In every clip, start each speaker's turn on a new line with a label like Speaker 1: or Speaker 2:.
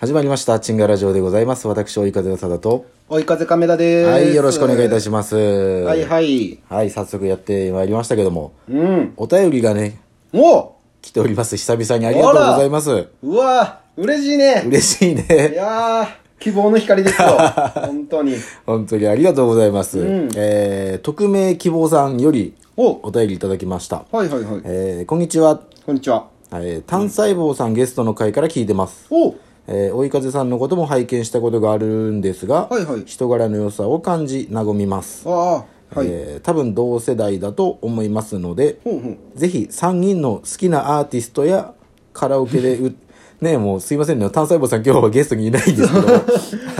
Speaker 1: 始まりました。チンガラジオでございます。私、追い風さだと。
Speaker 2: 追い風カメラです。
Speaker 1: はい、よろしくお願いいた
Speaker 2: ま
Speaker 1: します。
Speaker 2: す
Speaker 1: は
Speaker 2: はいはい。
Speaker 1: はい、早速やってまいりましたけども、
Speaker 2: うん。
Speaker 1: お便りがね、
Speaker 2: お
Speaker 1: 来ております。久々にありがとうございます。
Speaker 2: うわ嬉しいね。
Speaker 1: 嬉しい
Speaker 2: い
Speaker 1: ね。
Speaker 2: やー、希望の 光ですよ。本当に。
Speaker 1: 本当にありがとうございます。
Speaker 2: うん
Speaker 1: えー、匿名希望さんより
Speaker 2: お
Speaker 1: お便りいただきました。
Speaker 2: はいはいはい。
Speaker 1: えー、こんにちは。
Speaker 2: こんにちは。
Speaker 1: えー、単細胞さんゲストの回から聞いてます。
Speaker 2: お
Speaker 1: えー、追い風さんのことも拝見したことがあるんですが、
Speaker 2: はいはい
Speaker 1: 人柄の良さを感じ、和みます。
Speaker 2: ああ、はい。
Speaker 1: えー多分同世代だと思いますので、
Speaker 2: ほうほう。
Speaker 1: ぜひ3人の好きなアーティストやカラオケでう ねもうすいませんね単細胞さん今日はゲストにいないんですけど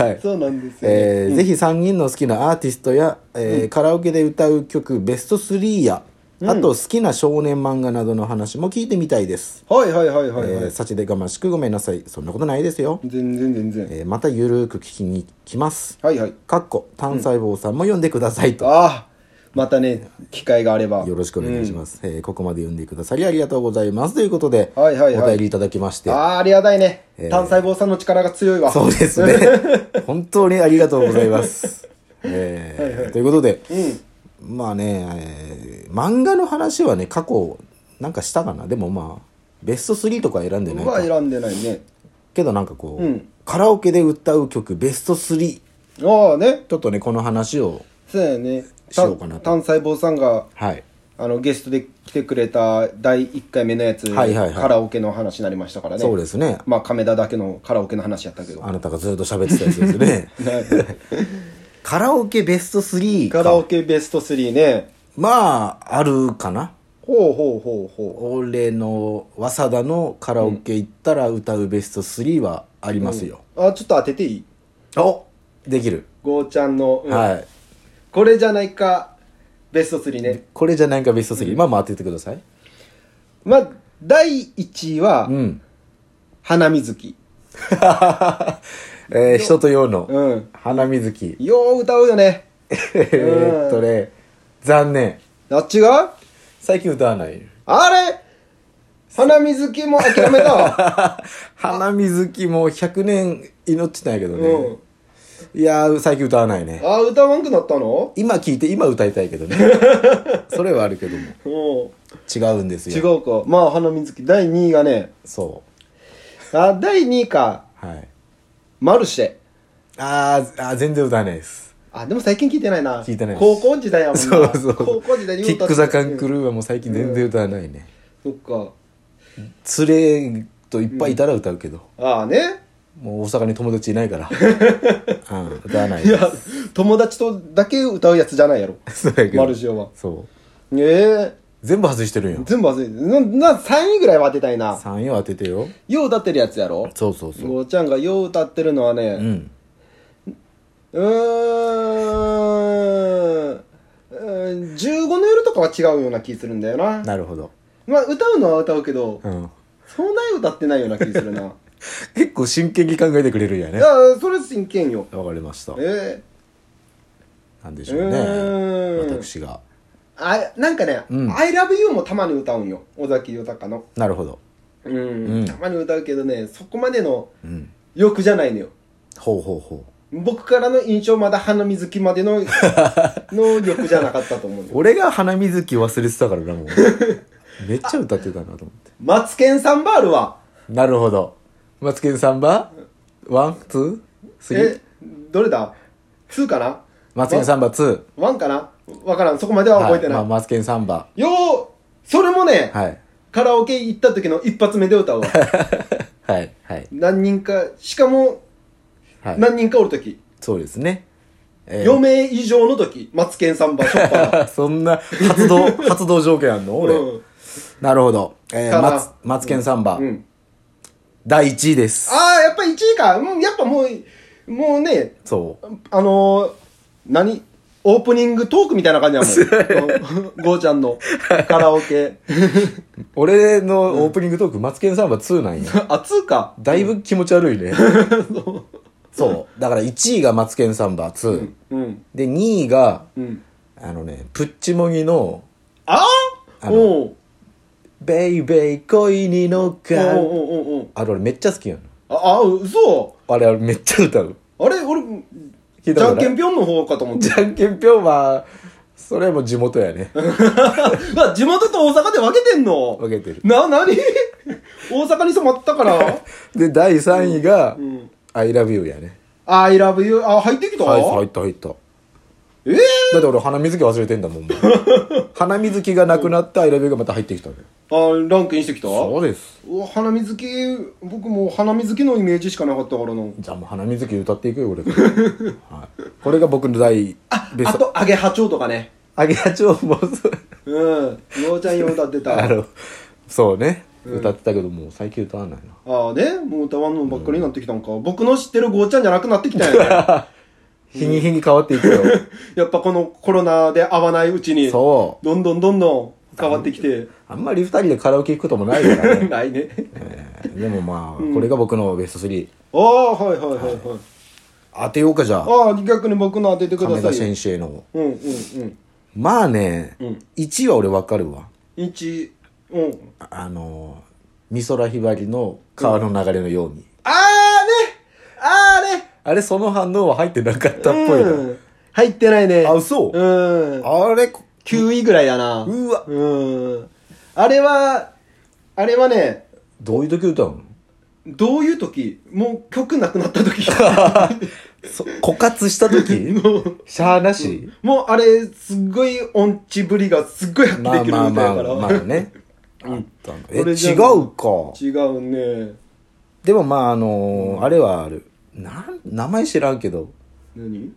Speaker 1: はい、
Speaker 2: そうなんですよね。
Speaker 1: えーぜひ3人の好きなアーティストや、えーカラオケで歌う曲ベスト3や、あと好きな少年漫画などの話も聞いてみたいです、
Speaker 2: はいはいはいはい
Speaker 1: え
Speaker 2: は
Speaker 1: ー
Speaker 2: い。
Speaker 1: 幸でがましくごめんなさいそんなことないですよ、
Speaker 2: 全然全然。
Speaker 1: えーまたゆるーく聞きに来ます
Speaker 2: はいはい。
Speaker 1: かっこ単細胞さんも読んでくださいと、
Speaker 2: ああ、またね、機会があれば。
Speaker 1: よろしくお願いします。えーここまで読んでくださりありがとうございます。ということで、
Speaker 2: はいはいはい
Speaker 1: お便りいただきまして。
Speaker 2: ああ、ありがたいね。単細胞さんの力が強いわ。
Speaker 1: そうです ね。本当にありがとうございます。えーということで、まあね、えー漫画の話はね、過去、なんかしたかな。でもまあ、ベスト3とか選んでない
Speaker 2: 僕は
Speaker 1: か。
Speaker 2: 選んでないね。
Speaker 1: けどなんかこう、
Speaker 2: うん
Speaker 1: カラオケで歌う曲ベスト3。
Speaker 2: ああね。
Speaker 1: ちょっとね、この話を、
Speaker 2: そうやね。
Speaker 1: しようかなと
Speaker 2: 単細胞さんが
Speaker 1: はい。
Speaker 2: あのゲストで来てくれた第1回目のやつ、
Speaker 1: はいはいはい
Speaker 2: カラオケの話になりましたからね
Speaker 1: そうですね。
Speaker 2: まあ亀田だけのカラオケの話やったけど
Speaker 1: あなたがずっと喋ってたやつです ね。 カラオケベスト3か。
Speaker 2: カラオケベスト3ね
Speaker 1: まあ、あるかな。
Speaker 2: ほうほうほうほ
Speaker 1: 俺の、早稲田のカラオケ行ったら歌うベスト3はありますよ。
Speaker 2: うあちょっと当てていい
Speaker 1: おできる、
Speaker 2: ゴーちゃんの、うん
Speaker 1: はい。
Speaker 2: これじゃないかベスト3ね
Speaker 1: これじゃないかベスト3。まあまあ当ててください。
Speaker 2: まあ第1位は
Speaker 1: うん。
Speaker 2: 花水木
Speaker 1: えー、人と世の、
Speaker 2: うん
Speaker 1: 花水木。
Speaker 2: よう歌うよね
Speaker 1: えーっとね、残念。
Speaker 2: あっちが
Speaker 1: 最近歌わない。
Speaker 2: あれ花水木も諦め たわ、
Speaker 1: 花水木も100年命なんやけど
Speaker 2: う
Speaker 1: ね。
Speaker 2: ん、
Speaker 1: いやー、最近歌わないね。
Speaker 2: あ歌わんくなったの
Speaker 1: 今聞いて、今歌いたいけ どね。それはあるけども。
Speaker 2: うん
Speaker 1: 違うんですよ。
Speaker 2: 違うかまあ花水木第2位がね
Speaker 1: そ
Speaker 2: あ第2位か
Speaker 1: う。はい。
Speaker 2: マルシェ
Speaker 1: あーあー、全然歌わないです。
Speaker 2: あでも最近聞いてないな
Speaker 1: 聞いてないです
Speaker 2: 高校時代やもんな
Speaker 1: そうそう。
Speaker 2: 高校時代に
Speaker 1: キック・ザ・カンク
Speaker 2: ル
Speaker 1: ルーはもう最近全然歌わないね。
Speaker 2: そっか
Speaker 1: 連れといっぱいいたら歌うけど、
Speaker 2: ああね
Speaker 1: もう大阪に友達いない から。うん、歌わない
Speaker 2: い
Speaker 1: で
Speaker 2: や
Speaker 1: す。
Speaker 2: 友達とだけ歌うやつじゃないやろ
Speaker 1: そうやけど
Speaker 2: マルシェは
Speaker 1: そう。
Speaker 2: ええ
Speaker 1: 全部外してるんよ。
Speaker 2: 全部忘れてなな3位ぐらいは当てたいな
Speaker 1: 3位を当ててよ。
Speaker 2: よう歌ってるやつやろ
Speaker 1: そうそうそう。
Speaker 2: ゴーちゃんがよう歌ってるのは
Speaker 1: う
Speaker 2: ね
Speaker 1: ん。
Speaker 2: うーんうーん15の夜とかは違うような気するんだよな
Speaker 1: なるほど。
Speaker 2: まあ歌うのは歌うけど、
Speaker 1: うん。
Speaker 2: そんなに歌ってないような気す るない
Speaker 1: 結構真剣に考えてくれるんやね。
Speaker 2: やそれ真剣よ
Speaker 1: わかりました。
Speaker 2: え
Speaker 1: なんでしょうね
Speaker 2: う。ーん
Speaker 1: 私が。
Speaker 2: ー、あなんかね「
Speaker 1: うん
Speaker 2: ILOVEYOU」もたまに歌うんよ尾崎豊の
Speaker 1: なるほど。
Speaker 2: うん、
Speaker 1: うん
Speaker 2: たまに歌うけどねそこまでの
Speaker 1: うん。
Speaker 2: 欲じゃないのよ
Speaker 1: ほうほうほう。
Speaker 2: 僕からの印象まだ花水木まで のの欲じゃなかったと思うよ
Speaker 1: 俺が花水木忘れてたから なもうめっちゃ歌ってたなと思って
Speaker 2: マツケンサンバールは
Speaker 1: なるほどマツケンサンバワンツースリ
Speaker 2: え
Speaker 1: ー
Speaker 2: どれだ2かな
Speaker 1: マツケンサンバツ
Speaker 2: 1かなわからんそこまで
Speaker 1: ー
Speaker 2: は覚えてない、
Speaker 1: はまあ、マツケンサンバ
Speaker 2: ようそれもね、
Speaker 1: はい
Speaker 2: カラオケ行った時の一発目で歌うわ
Speaker 1: はいはい
Speaker 2: 何人かしかも
Speaker 1: はい
Speaker 2: 何人かおる時、
Speaker 1: そうですねえー
Speaker 2: 4名以上の時マツケンサンバショッパー
Speaker 1: そんな発 動発動条件あんの俺、
Speaker 2: うん
Speaker 1: なるほど、えー、
Speaker 2: から
Speaker 1: マツマツケンサンバ、
Speaker 2: うん、
Speaker 1: 第1位です
Speaker 2: ああやっぱり1位か、うん、やっぱもうもうね
Speaker 1: そう
Speaker 2: あのー、何オープニングトークみたいな感じや もんうんゴーちゃんのカラオケ
Speaker 1: 俺のオープニングトーク、マツケンサンバ2なんや
Speaker 2: あ2か
Speaker 1: だいぶ気持ち悪い ねそうだから1位がマツケンサンバ2、
Speaker 2: うん
Speaker 1: で2位が
Speaker 2: うん
Speaker 1: あのねプッチモギの
Speaker 2: あ
Speaker 1: あ
Speaker 2: あ
Speaker 1: の
Speaker 2: おう
Speaker 1: 「ベイベイ恋に乗っ
Speaker 2: おう
Speaker 1: かる
Speaker 2: おうおうおう
Speaker 1: あれ俺めっちゃ好きやの
Speaker 2: あ、あ、嘘
Speaker 1: あれ、あれめっちゃ歌う。
Speaker 2: あれ俺、
Speaker 1: 聞
Speaker 2: じ
Speaker 1: いた
Speaker 2: ゃ
Speaker 1: こと
Speaker 2: ん
Speaker 1: ない
Speaker 2: けんぴょんの方かと思って
Speaker 1: じ。ゃんけんぴょんは、それも地元やね。
Speaker 2: あ 地元と大阪で分けてんの
Speaker 1: 分けてる。
Speaker 2: な、なに大阪に染まっ たから
Speaker 1: で、第3位が、
Speaker 2: ん
Speaker 1: I love you やね。
Speaker 2: I love you. あ、入ってきた
Speaker 1: 入った、入った、入った。
Speaker 2: ええ
Speaker 1: だって俺、花水木忘れてんだもん。もう 花水木がなくなって、I love you がまた入ってきたね。
Speaker 2: ー、あ、ランクインしてきた
Speaker 1: そうです。
Speaker 2: うわ花水木、僕もう花水木のイメージしかなかったからな。
Speaker 1: じゃあもう花水木歌っていくよ、俺。はい、これが僕の 第、ベ
Speaker 2: あ
Speaker 1: スト。
Speaker 2: と、アゲハチョウとかね。
Speaker 1: あげやちょうもそう
Speaker 2: うん。ようちゃんよ歌ってた。
Speaker 1: あ
Speaker 2: あ
Speaker 1: の、そうね。歌ってたけど、もう最近歌わないな。
Speaker 2: あ、ね、もう歌わんのばっかりになってきたんか。僕の知ってるゴーちゃんじゃなくなってきたんやね。
Speaker 1: 日に日に変わっていくよ。
Speaker 2: やっぱこのコロナで会わないうちに、ど
Speaker 1: そうん
Speaker 2: どんどんどん変わってきて。。
Speaker 1: あんまり二人でカラオケ行くこともないからね
Speaker 2: ないね。
Speaker 1: えーでもまあ、これが僕のベスト3。
Speaker 2: ああ、はいはいはいはい。
Speaker 1: 当てようか、じゃあ。
Speaker 2: ああ、逆に僕の当ててくだ
Speaker 1: 亀
Speaker 2: さ
Speaker 1: 田
Speaker 2: いよ。
Speaker 1: 先生の。
Speaker 2: うんうんうん。
Speaker 1: まあね、
Speaker 2: うん
Speaker 1: 1位は俺わかるわ。
Speaker 2: 一、うん。
Speaker 1: ああのー、美空ひばりの川の流れのように。
Speaker 2: あーねあーね
Speaker 1: あれ、その反応は入ってなかったっぽいな。
Speaker 2: うん入ってないね。
Speaker 1: あ嘘
Speaker 2: うん。
Speaker 1: あれ、こ
Speaker 2: 9位ぐらいだな。
Speaker 1: うわ
Speaker 2: うん。あれは、あれはね、
Speaker 1: どういう時歌うの
Speaker 2: どういう時もう曲なくなった 時。
Speaker 1: そ枯渇した 時しゃーなし、
Speaker 2: もうあれ、すっごい音痴ぶりがすっごい発揮
Speaker 1: ま
Speaker 2: で
Speaker 1: あ
Speaker 2: きる
Speaker 1: まあ
Speaker 2: 歌
Speaker 1: ま
Speaker 2: や
Speaker 1: あ
Speaker 2: か、
Speaker 1: まあ
Speaker 2: ら。
Speaker 1: ね。あったんだえ、
Speaker 2: これじゃ
Speaker 1: 違
Speaker 2: あ
Speaker 1: うか。
Speaker 2: 違うね。
Speaker 1: でもまあ、あのーあれはある。なん、名前知らんけど、
Speaker 2: 何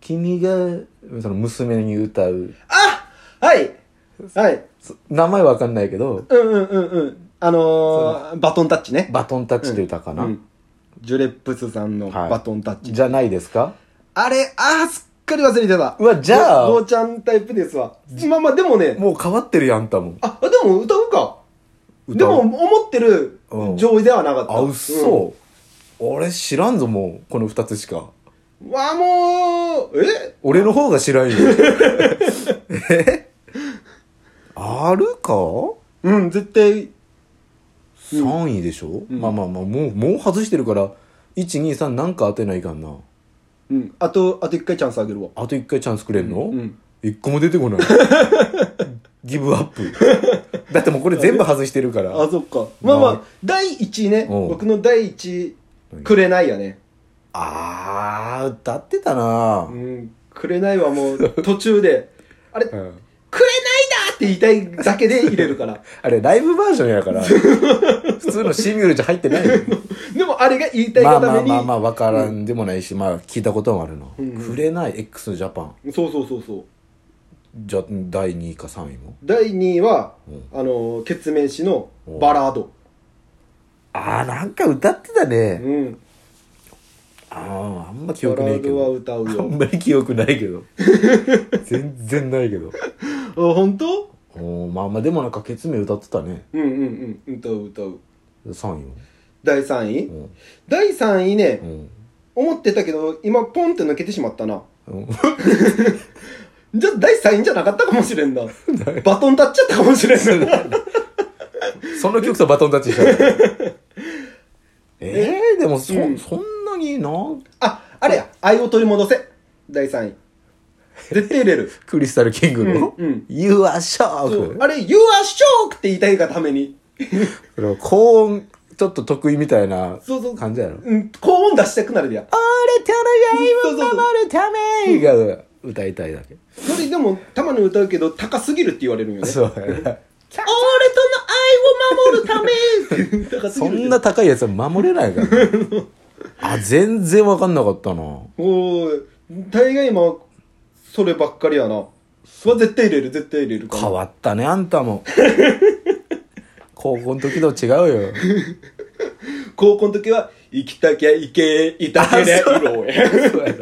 Speaker 1: 君が、その娘に歌う。
Speaker 2: あはいはい。
Speaker 1: そ名前わかんないけど、
Speaker 2: うんうんうんうん。あのー、バトンタッチね。
Speaker 1: バトンタッチで歌かな、
Speaker 2: うんジュレップスさんの
Speaker 1: はい
Speaker 2: バトンタッチ。
Speaker 1: じゃないですか
Speaker 2: あれ、ああ、すっかり忘れてた。
Speaker 1: うわじゃあ
Speaker 2: ゴーちゃんタイプですわ。まあまあ、でもね、
Speaker 1: もう変わってるやん、あんたも。
Speaker 2: あ、でも歌うか。
Speaker 1: 歌う
Speaker 2: でも、思ってる
Speaker 1: うん
Speaker 2: 上位ではなかった。
Speaker 1: あ、うそ、俺知らんぞ、もう。この二つしか。
Speaker 2: うんわあ、もう、え
Speaker 1: 俺の方が知ら んよ。えあるか
Speaker 2: うん、絶対、
Speaker 1: ?3 位でしょ、まあまあまあ、もう、もう外してるから、1、2、3なんか当てないかんな。
Speaker 2: うん。あと、あと一回チャンスあげるわ。
Speaker 1: あと1回チャンスくれんの、
Speaker 2: うん。
Speaker 1: 一個も出てこ ない。ギブアップ。だってもうこれ全部外してるから。
Speaker 2: あ、そっか。まあま
Speaker 1: ない
Speaker 2: あ、第1位ね。
Speaker 1: うん
Speaker 2: 僕の第1位、くれないやね。
Speaker 1: あー、歌ってたな
Speaker 2: う、ん。くれないはもう、途中で、あれ、く
Speaker 1: う
Speaker 2: れない
Speaker 1: ん
Speaker 2: だって言いたいだけで入れ るから。
Speaker 1: あれ、ライブバージョンやから、普通のシングルじゃ入ってないよ。
Speaker 2: でも、あれが言いたい
Speaker 1: ま
Speaker 2: が
Speaker 1: あま
Speaker 2: た
Speaker 1: あ
Speaker 2: めに。
Speaker 1: まあまあ、わからんでもないし、まあ、聞いたこともあるな。
Speaker 2: うんうん
Speaker 1: くれない x ジャパン。
Speaker 2: そうそうそうそう。
Speaker 1: じゃ、第2位か3位も。
Speaker 2: 第2位は、
Speaker 1: うん
Speaker 2: あの決名詞のバラード、
Speaker 1: あー、なんか歌ってたね。
Speaker 2: うん、
Speaker 1: あー、あんま記
Speaker 2: バ
Speaker 1: 憶
Speaker 2: ラ
Speaker 1: ない
Speaker 2: ー
Speaker 1: け
Speaker 2: ドは
Speaker 1: ど。
Speaker 2: 歌
Speaker 1: あ
Speaker 2: うんよ
Speaker 1: まり記憶ないけど。全然ないけど。
Speaker 2: あ本当
Speaker 1: おーまあまあ、でもなんか、ケツメ歌ってたね。
Speaker 2: うんうんうん歌う歌う
Speaker 1: 3位も。
Speaker 2: 第3位、
Speaker 1: うん
Speaker 2: 第3位ね
Speaker 1: う、ん。
Speaker 2: 思ってたけど今ポンって抜けてしまったな
Speaker 1: うん
Speaker 2: じゃ第3位じゃなかったかもし れんなバトン立っちゃったかもしれんな
Speaker 1: その曲とバトンタッチしたの えー、でもそ、
Speaker 2: うん
Speaker 1: そんなにな、
Speaker 2: ああれや愛を取り戻せ第3位絶対入れ る
Speaker 1: クリスタルキングの、
Speaker 2: うんうん
Speaker 1: You are
Speaker 2: そう
Speaker 1: shock!
Speaker 2: あれ「You are shock!」って言いたいがために
Speaker 1: その高音、ちょっと得意みたいな
Speaker 2: そうそう
Speaker 1: 感じやろ。折れ
Speaker 2: うん高音出したくなるや
Speaker 1: て
Speaker 2: そう
Speaker 1: の
Speaker 2: そう
Speaker 1: 刃
Speaker 2: そう
Speaker 1: 守るためが歌いたいだけ。
Speaker 2: それでもたまに歌うけど高すぎるって言われるんよね
Speaker 1: そうやな。
Speaker 2: 俺との愛を守るため
Speaker 1: そんな高いやつは守れないから、 ね。あ、全然わかんなかったな。
Speaker 2: おー大概今そればっかりやなそれは絶対入れる絶対入れるから
Speaker 1: 変わったね、あんたも。高校の時と違うよ。
Speaker 2: 高校の時は生きたきゃいけいたけりゃいろへ
Speaker 1: そうや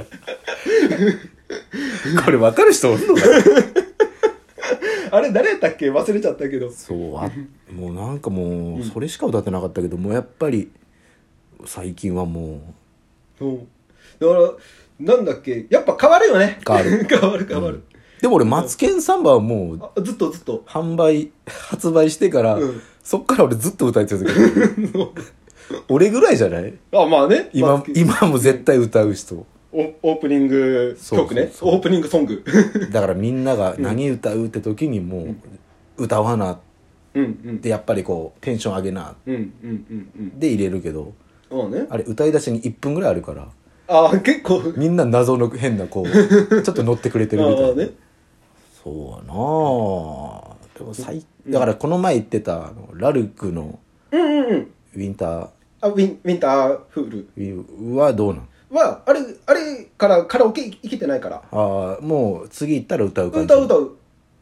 Speaker 1: な これ分かる人おるのか
Speaker 2: あれ誰やったっけ忘れちゃったけど
Speaker 1: そうあもうなんかもうそれしか歌ってなかったけど、もうやっぱり最近はも
Speaker 2: うんだからなんだっけやっぱ変わるよね
Speaker 1: 変わる
Speaker 2: 変わる変わ
Speaker 1: う、
Speaker 2: る、
Speaker 1: でも俺「マツケンサンバ」はもう
Speaker 2: あずっとずっと
Speaker 1: 販売発売してから、
Speaker 2: うん
Speaker 1: そっから俺ずっと歌い続けてる
Speaker 2: うん
Speaker 1: 俺ぐらいじゃない
Speaker 2: あ、まあね。
Speaker 1: 今
Speaker 2: バスケ
Speaker 1: 今も絶対歌う 人
Speaker 2: おオープニング曲ね。
Speaker 1: そうそうそう
Speaker 2: オープニングソング。
Speaker 1: だからみんなが何歌うって時にもう歌わなっ
Speaker 2: うんうん。
Speaker 1: てやっぱりこうテンション上げな
Speaker 2: うんうんうんうん。
Speaker 1: で入れるけど
Speaker 2: そうね。
Speaker 1: あれ歌い出しに1分ぐらいあるから
Speaker 2: ああ、結構。
Speaker 1: みんな謎の変なこ うちょっと乗ってくれてるみた
Speaker 2: あ
Speaker 1: い
Speaker 2: あ
Speaker 1: な、
Speaker 2: ね。
Speaker 1: そうやなあでも最だからこの前言ってたあのラルクの
Speaker 2: うんうんうん。
Speaker 1: ウィンター
Speaker 2: あウィンウィンターフール
Speaker 1: ウィはどうなん
Speaker 2: は、あれ、あれからカラオケ行けてないから。
Speaker 1: ああもう次行ったら歌う感じ
Speaker 2: 歌う歌う。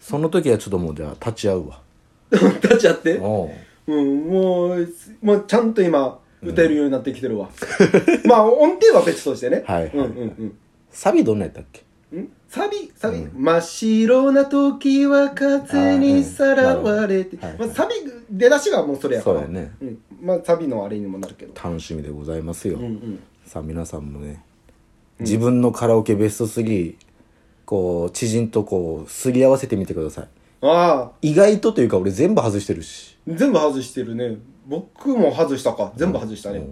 Speaker 1: その時はちょっともうじゃあ立ち会うわ
Speaker 2: 立ち会って。
Speaker 1: おう
Speaker 2: うん、もう、もうちゃんと今、歌えるようになってきて るわ。まあ、音程は別としてね。
Speaker 1: はいはい
Speaker 2: うんうん
Speaker 1: サビどんなやったっけ
Speaker 2: うん。んサビ、サビ、真っ白な時は風にさらわれて。
Speaker 1: あーうん
Speaker 2: まあ、サビ、出だしがもうそれやか
Speaker 1: そ
Speaker 2: ら。
Speaker 1: うやね
Speaker 2: ん。まあ、サビのあれにもなるけど。
Speaker 1: 楽しみでございますよ、
Speaker 2: うんうん。
Speaker 1: さあ皆さんもね自分のカラオケベスト3こう知人とこうすり合わせてみてください
Speaker 2: ああ、
Speaker 1: 意外とというか俺全部外してるし
Speaker 2: 全部外してるね。僕も外したか。全部外したね。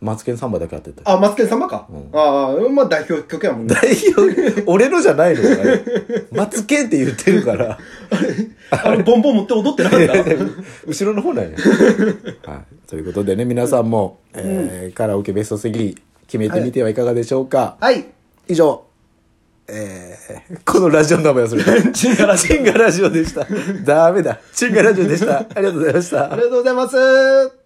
Speaker 1: マツケンサンバだけ当てた
Speaker 2: あ、マツケン様か。
Speaker 1: うん
Speaker 2: ああ、まあ代表曲やもんね。
Speaker 1: 代表 俺のじゃないのよあれマツケンって言ってるから
Speaker 2: あの、ボンボン持って踊ってなかった。
Speaker 1: 後ろの方 なんや、はい、ということでね皆さんも、えーカラオケベスト3決めてみてはいかがでしょうか、
Speaker 2: はい。
Speaker 1: 以上、えー、このラジオの名前忘れた チンガラジオチンガラジオでしたダメだチンガラジオでしたありがとうございました
Speaker 2: ありがとうございます。